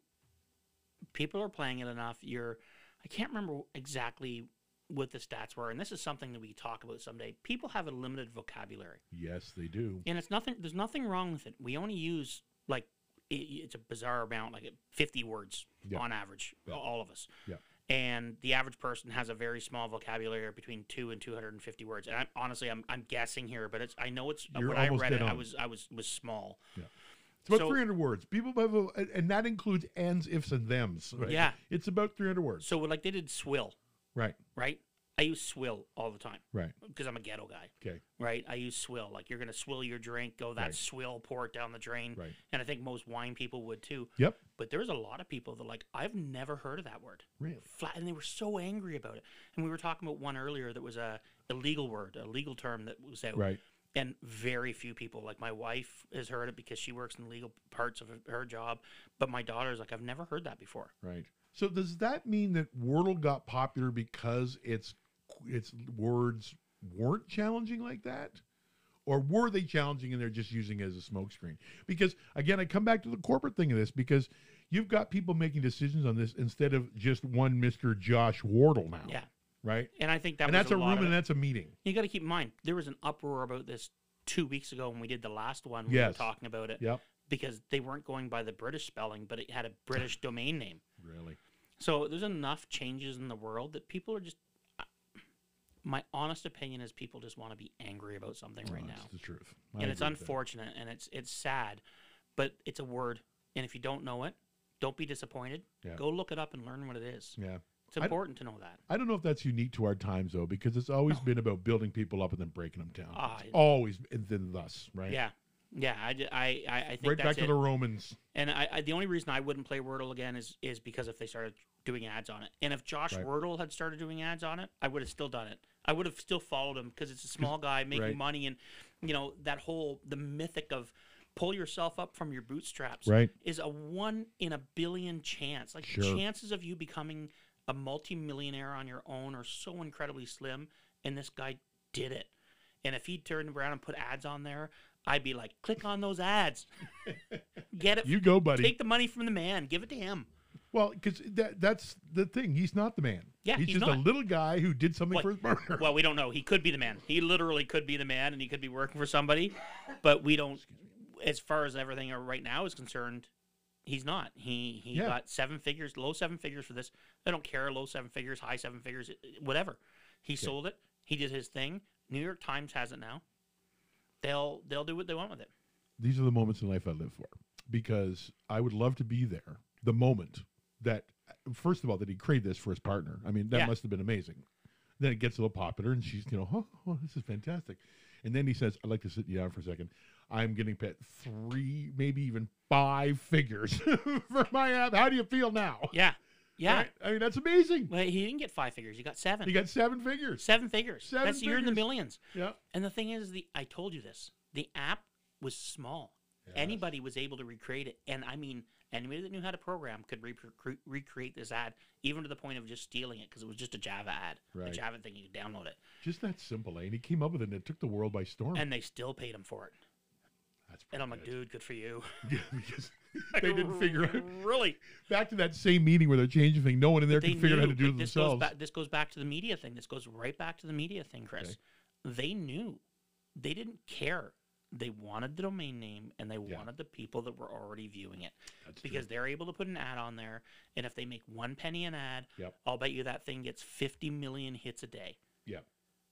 people are playing it enough. You're I can't remember exactly what the stats were, and this is something that we talk about someday. People have a limited vocabulary.
Yes, they do.
and it's nothing there's nothing wrong with it we only use like i it's a bizarre amount like 50 words
Yeah.
on average
Yeah.
all of us
Yeah.
and the average person has a very small vocabulary between 2 and 250 words and I'm, honestly I'm, I'm guessing here but it's i know it's
You're
when i
almost
read
dead
it i
on.
was i was was small
It's about
So-
300 words. People have, a, and- and that includes ands, ifs, and thems. right?
yeah
it's about 300 words.
so like they did swill
right,
right i use swill all the time
right,
because i'm a ghetto guy
okay,
right i use swill like you're gonna swill your drink go that
Right.
swill pour it down the drain
right.
and i think most wine people would too
Yep.
but there's a lot of people that like I've never heard of that word.
Really?
Flat, and they were so angry about it. And we were talking about one earlier that was a illegal word, a legal term that was out,
Right.
and very few people. Like my wife has heard it because she works in the legal parts of her job, but my daughter's like I've never heard that before.
Right. So does that mean that Wordle got popular because its its words weren't challenging like that? Or were they challenging and they're just using it as a smokescreen? Because again, I come back to the corporate thing of this because you've got people making decisions on this instead of just one Mr. Josh Wardle now.
Yeah,
Right?
and I think that
and
was
that's a,
lot
room
of
and
it.
that's a meeting.
You got to keep in mind there was an uproar about this two weeks ago when we did the last one. We were
Yes.
talking about it
Yep.
because they weren't going by the British spelling, but it had a
[laughs]
British domain name.
Really?
So there's enough changes in the world that people are just. My honest opinion is people just want to be angry about something right now,
That's the truth. I
and it's
agree with that.
unfortunate and it's it's sad, but it's a word, and if you don't know it, don't be disappointed.
Yeah.
Go look it up and learn what it is.
Yeah.
It's
I d-
important to know that.
I don't know if that's unique to our times though, because it's always been about building people up and then breaking them down.
Ah,
It's always and then thus, right?
Yeah, yeah. I, d- I- I- I think
Right
that's
back to
it.
the Romans.
And I, I the only reason I wouldn't play Wordle again is is because if they started doing ads on it, and if Josh
Right.
Wordle had started doing ads on it, I would have still done it. I would have still followed him because it's
[laughs]
a small guy making
Right.
money, and you know that whole the mythic of pull yourself up from your bootstraps
Right.
is a one in a billion chance. Like
Sure.
chances of you becoming a multimillionaire on your own are so incredibly slim, and this guy did it. And if he turned around and put ads on there, I'd be like, click on those
[laughs]
ads. Get it
You go, buddy.
Take the money from the man. Give it to him.
well, because that, that's the thing. He's not the man.
Yeah,
he's,
he's
just a
not.
little guy who did something
What-
for his partner.
Well, we don't know. He could be the man. He literally could be the man, and he could be working for somebody. But we don't. As far as everything right now is concerned, he's not. He he
Yeah.
got seven figures, low seven figures for this. I don't care, low seven figures, high seven figures, whatever. He sold it. He did his thing. New York Times has it now. They'll they'll do what they want with it.
These are the moments in life I live for because I would love to be there. The moment that, first of all, that he created this for his partner. I mean, that
Yeah.
must have been amazing. Then it gets a little popular, and she's you know, oh, oh this is fantastic. And then he says, I'd like to sit you down for a second. I'm getting paid three, maybe even five figures [laughs] for my app. How do you feel now?
Yeah. Yeah.
Right? I mean, that's amazing.
Well, he didn't get five figures. He got seven.
You got seven figures.
seven figures.
Seven
That's you're in the
figures.
millions.
Yeah.
And the thing is, the I told you this. The app was small. Anybody was able to recreate it, and I mean, anybody that knew how to program could re- recre- recreate this ad, even to the point of just stealing it because it was just a Java ad, a
Right.
Java thing. You could download it,
Just that simple, eh? And he came up with it and it took the world by storm.
and they still paid him for it.
That's
And
pretty
I'm like,
Hmm. good.
dude, good for you.
Yeah,
[laughs]
because [laughs] they didn't figure out.
really.
Back to that same meeting where they're changing thing. No one in there
they
can figure out how
knew,
to do
but
it
this
themselves.
Goes back, this goes back to the media thing. This goes right back to the media thing, Chris.
Okay.
They knew. They didn't care. They wanted the domain name and they
Yeah.
wanted the people that were already viewing it
That's true.
because they're able to put an ad on there. And if they make one penny an ad,
Yep.
I'll bet you that thing gets 50 million hits a day.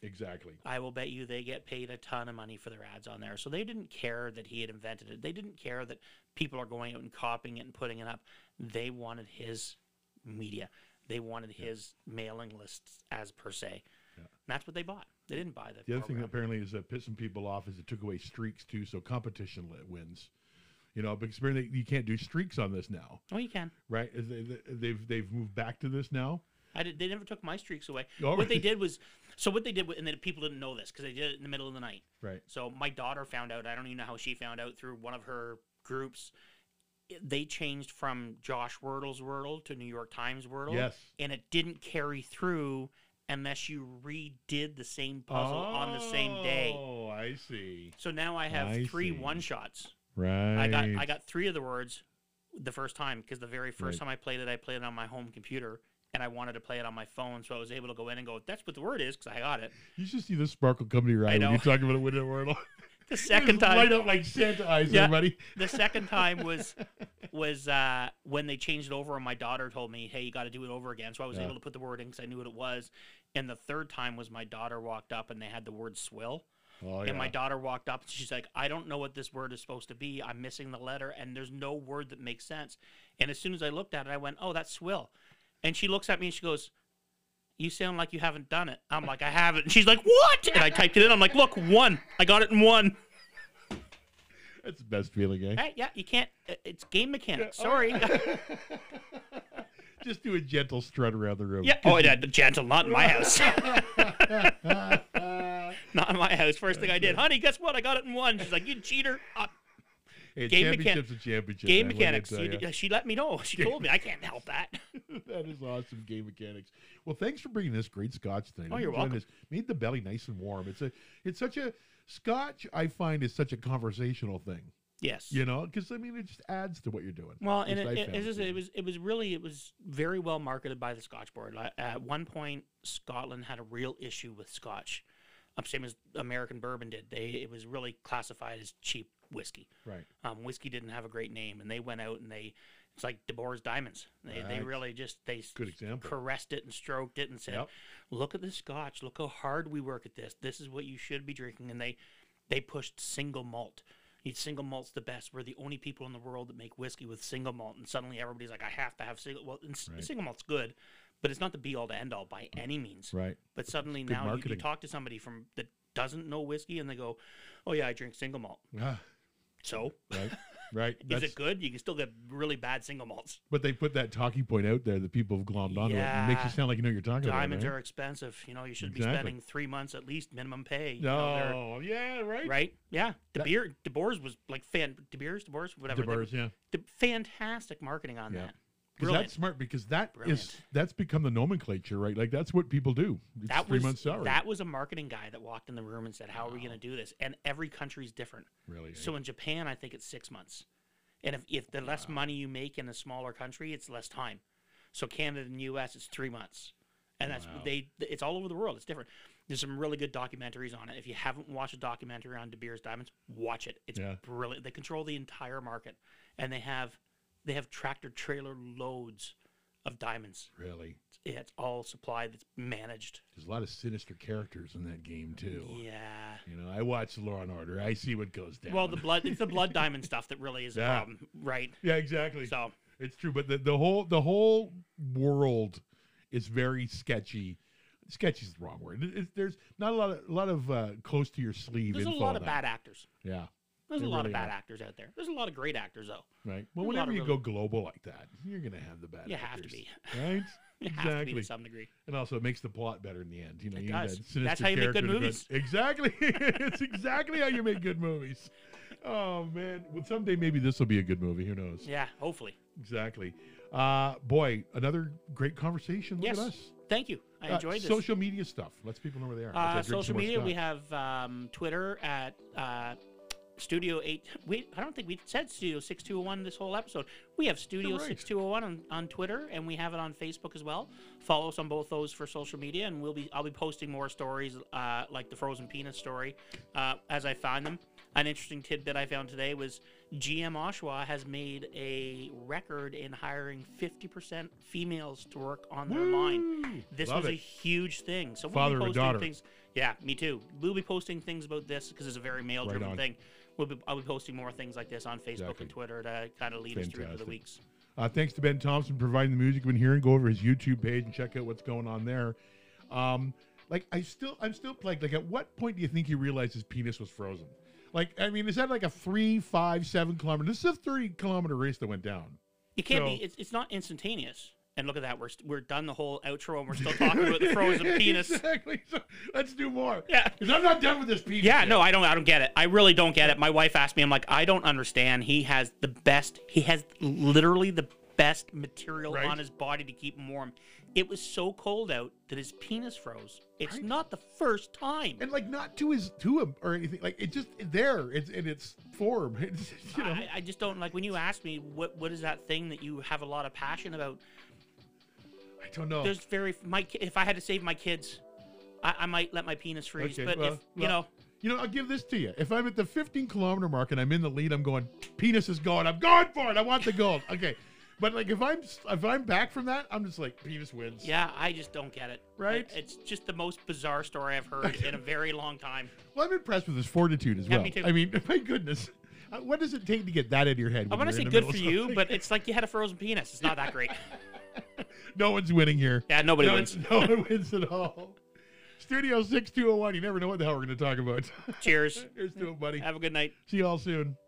Exactly.
I will bet you they get paid a ton of money for their ads on there. So they didn't care that he had invented it. They didn't care that people are going out and copying it and putting it up. They wanted his media. They wanted
Yeah.
his mailing lists as per se.
Yeah.
And that's what they bought. They didn't buy the,
The other thing that
program.
apparently is that pissed some people off is it took away streaks too, so competition li- wins. You know, because apparently you can't do streaks on this now,
Oh, you can.
right? Is they- they- They've they've moved back to this now.
I did, they never took my streaks away.
Oh,
What
[laughs]
they
really?
did was so what they did, wa- and then people didn't know this because they did it in the middle of the night.
Right.
So my daughter found out. I don't even know how she found out through one of her groups. It- They changed from Josh Wordle's Wordle to New York Times Wordle.
Yes.
And it didn't carry through unless you redid the same puzzle on the same day.
Oh, I see.
So now I have
I
three
see.
one shots.
Right.
I got I got three of the words the first time because the very first
Right.
time I played it, I played it on my home computer and I wanted to play it on my phone, so I was able to go in and go, "That's what the word is," because I got it.
You should see this sparkle come to your eye when
know.
you talk about it with it word. [laughs]
The [laughs] second time,
Light up like Santa eyes,
Yeah.
everybody.
the second time was was uh, when they changed it over and my daughter told me hey you got to do it over again so i was
Yeah.
able to put the word in because i knew what it was and the third time was my daughter walked up and they had the word swill
Oh,
and my daughter walked up and she's like i don't know what this word is supposed to be i'm missing the letter and there's no word that makes sense and as soon as i looked at it i went oh that's swill and she looks at me and she goes you sound like you haven't done it i'm like i haven't and she's like what and i typed it in i'm like look one i got it in one
[laughs] That's the best feeling, eh?
hey yeah you can't it- it's game mechanics
Yeah, all
sorry [laughs]
Just do a gentle strut around the room.
Yeah.
[laughs]
Oh, yeah, gentle. Not in my house. [laughs]
hey,
not in my house. First thing I did, honey, guess what? I got it in one. She's like, you cheater. Uh, Game mechan-
championships and championships. man,
game
let me
mechanics.
tell
You-
ya.
uh, she let me know. She told me. I can't
[laughs]
help that.
that is awesome game mechanics. Well, thanks for bringing this great scotch tonight.
Oh,
I'm
you're
enjoying
welcome.
This. Made the belly nice and warm. It's a, it's such a scotch. I find is such a conversational thing.
Yes.
You know, because I mean, it just adds to what you're doing.
Well, and
At least
it,
I
it,
found
it's just-
it.
it was it was really it was very well marketed by the Scotch board. Like, At one point, Scotland had a real issue with Scotch, um, same as American bourbon did. They it was really classified as cheap whiskey.
Right.
um, whiskey didn't have a great name, and they went out and they it's like De Boer's Diamonds. They, they
Right.
really just they s-
Good example.
caressed it and stroked it and said,
Yep.
"Look at the Scotch. Look how hard we work at this. This is what you should be drinking." And they they pushed single malt. You single malt's the best. We're the only people in the world that make whiskey with single malt, and suddenly everybody's like, "I have to have single." Well, and s-
Right.
single malt's good, but it's not the be all to end all by any means.
Right.
But suddenly
good
now you, you
marketing.
talk to somebody from that doesn't know whiskey, and they go, "Oh yeah, I drink single malt."
Ah,
So
right. Ah, Right.
[laughs] is
That's,
it good? You can still get really bad single malts.
but they put that talking point out there that people have glommed onto it. and It makes you
Yeah.
sound like you know what you're talking
Diamonds
about.
are expensive. You know, you should be
Exactly.
spending three months at least minimum pay. You know,
Right?
they're-
No. Yeah. Right.
right? Yeah. De
That-
Beer, De Boers was like fan. De Beers, De Boers, whatever.
De
they were-
Burrs, yeah.
De- fantastic marketing on
Yeah.
that.
Because
Brilliant.
that's smart because that is-
Brilliant.
that's become the nomenclature, right? Like that's what people do. It's
That
three
was
months salary.
that was a marketing guy that walked in the room and said, "How are we
Wow.
going to do this?" And every country's different.
really.
So in Japan, I think it's six months. And if, if the less money you make in a smaller country, it's less time. So Canada and U.S. it's three months, and that's
Wow.
they. It's all over the world. It's different. There's some really good documentaries on it. If you haven't watched a documentary on De Beers Diamonds, watch it. It's
Yeah.
brilliant. They control the entire market, and they have they have tractor trailer loads of diamonds.
really.
It's, it's all supplied. It's managed.
There's a lot of sinister characters in that game too.
Yeah.
You know, I watch Law and Order. I see what goes down.
Well, the blood. It's
[laughs]
the blood diamond stuff that really is a
Yeah.
problem, right?
yeah, exactly.
So
It's true, but the, the whole the whole world is very sketchy sketchy is the wrong word. It- it- there's not a lot of a lot of uh, close to your sleeve.
There's a
info
lot
on
of
that.
bad actors.
Yeah.
There's
There
a lot
really
of bad
are.
actors out there. There's a lot of great actors though.
Right. Well,
There's a lot
whenever
of
you
really-
go global like that, you're gonna have the bad.
You have to
actors,
be. [laughs]
Right.
You have to be
Exactly.
to some degree.
And also, it makes the plot better in the end. You know,
It
you
does.
Need that sinister
That's how you make good
character to go-
movies.
Exactly. [laughs] it's exactly how you make good movies. Oh man. Well, someday maybe this will be a good movie. Who knows?
Yeah, hopefully.
Exactly. Uh, boy, another great conversation. Look
Yes.
at us.
Thank you. I
Uh,
enjoyed this.
Social media stuff. Let's people know where they are.
Uh,
Okay, drink some
social
more
media,
Scott.
we have um, Twitter at uh, Studio 8. We, I don't think we said Studio 6201 this whole episode. We have Studio
right.
6201 on, on Twitter, and we have it on Facebook as well. Follow us on both those for social media, and we'll be I'll be posting more stories uh, like the frozen penis story uh, as I find them. An interesting tidbit I found today was GM Oshawa has made a record in hiring 50% females to work on their line.
Woo!
This
Love it.
was a huge thing. So we'll
Father and
be
a
posting
daughter.
things. Yeah, me too. We'll be posting things about this because it's a very male-driven
on.
thing. We'll be, I'll be posting more things like this on Facebook
Exactly.
and Twitter to kind of lead us through to
Fantastic.
the weeks.
Uh, thanks to Ben Thompson for providing the music you've been hearing. Go over his YouTube page and check out what's going on there. Um, like I still, I'm still like, like at what point do you think you realized his penis was frozen? Like, I mean, is that like a three, five, seven kilometer? This is a thirty kilometer race that went down.
It can't
So-
be. It's, it's not instantaneous. And look at that. We're st- we're done the whole outro and we're still talking about the
[laughs]
frozen penis.
exactly. So let's do more.
Yeah.
because I'm not done with this penis.
Yeah,
yet.
no, I don't. I don't get it. I really don't get it. My wife asked me. I'm like, I don't understand. He has the best. He has literally the best material
Right.
on his body to keep him warm. It was so cold out that his penis froze. It's
Right.
not the first time.
and like not to his to him or anything. Like it just there. It's in its form. [laughs] It's, you know.
I, I just don't like when you ask me what what is that thing that you have a lot of passion about.
I don't know.
There's very my ki- if I had to save my kids, I, I might let my penis freeze.
Okay,
but
well,
if you
well,
know.
You know, I'll give this to you. If I'm at the 15 kilometer mark and I'm in the lead, I'm going, penis is going. I'm going for it. I want the gold. [laughs] Okay. But like if I'm if I'm back from that, I'm just like penis wins.
Yeah, I just don't get it.
Right?
It- It's just the most bizarre story I've heard in a very long time.
Well, I'm impressed with his fortitude as
Yeah,
well.
me too.
I mean, [laughs] my goodness, Uh, what does it take to get that out of your head?
I
when
want
you're
to say
in the
good
middle
for
of
you,
something?
but it's like you had a frozen penis. It's not that great.
[laughs] no one's winning here.
[laughs] Yeah, nobody
no,
wins.
[laughs] No one wins at all. oh Studio 6201. You never know what the hell we're going to talk about.
Cheers. [laughs]
[laughs] Here's to it, buddy.
Have a good night.
See you all soon.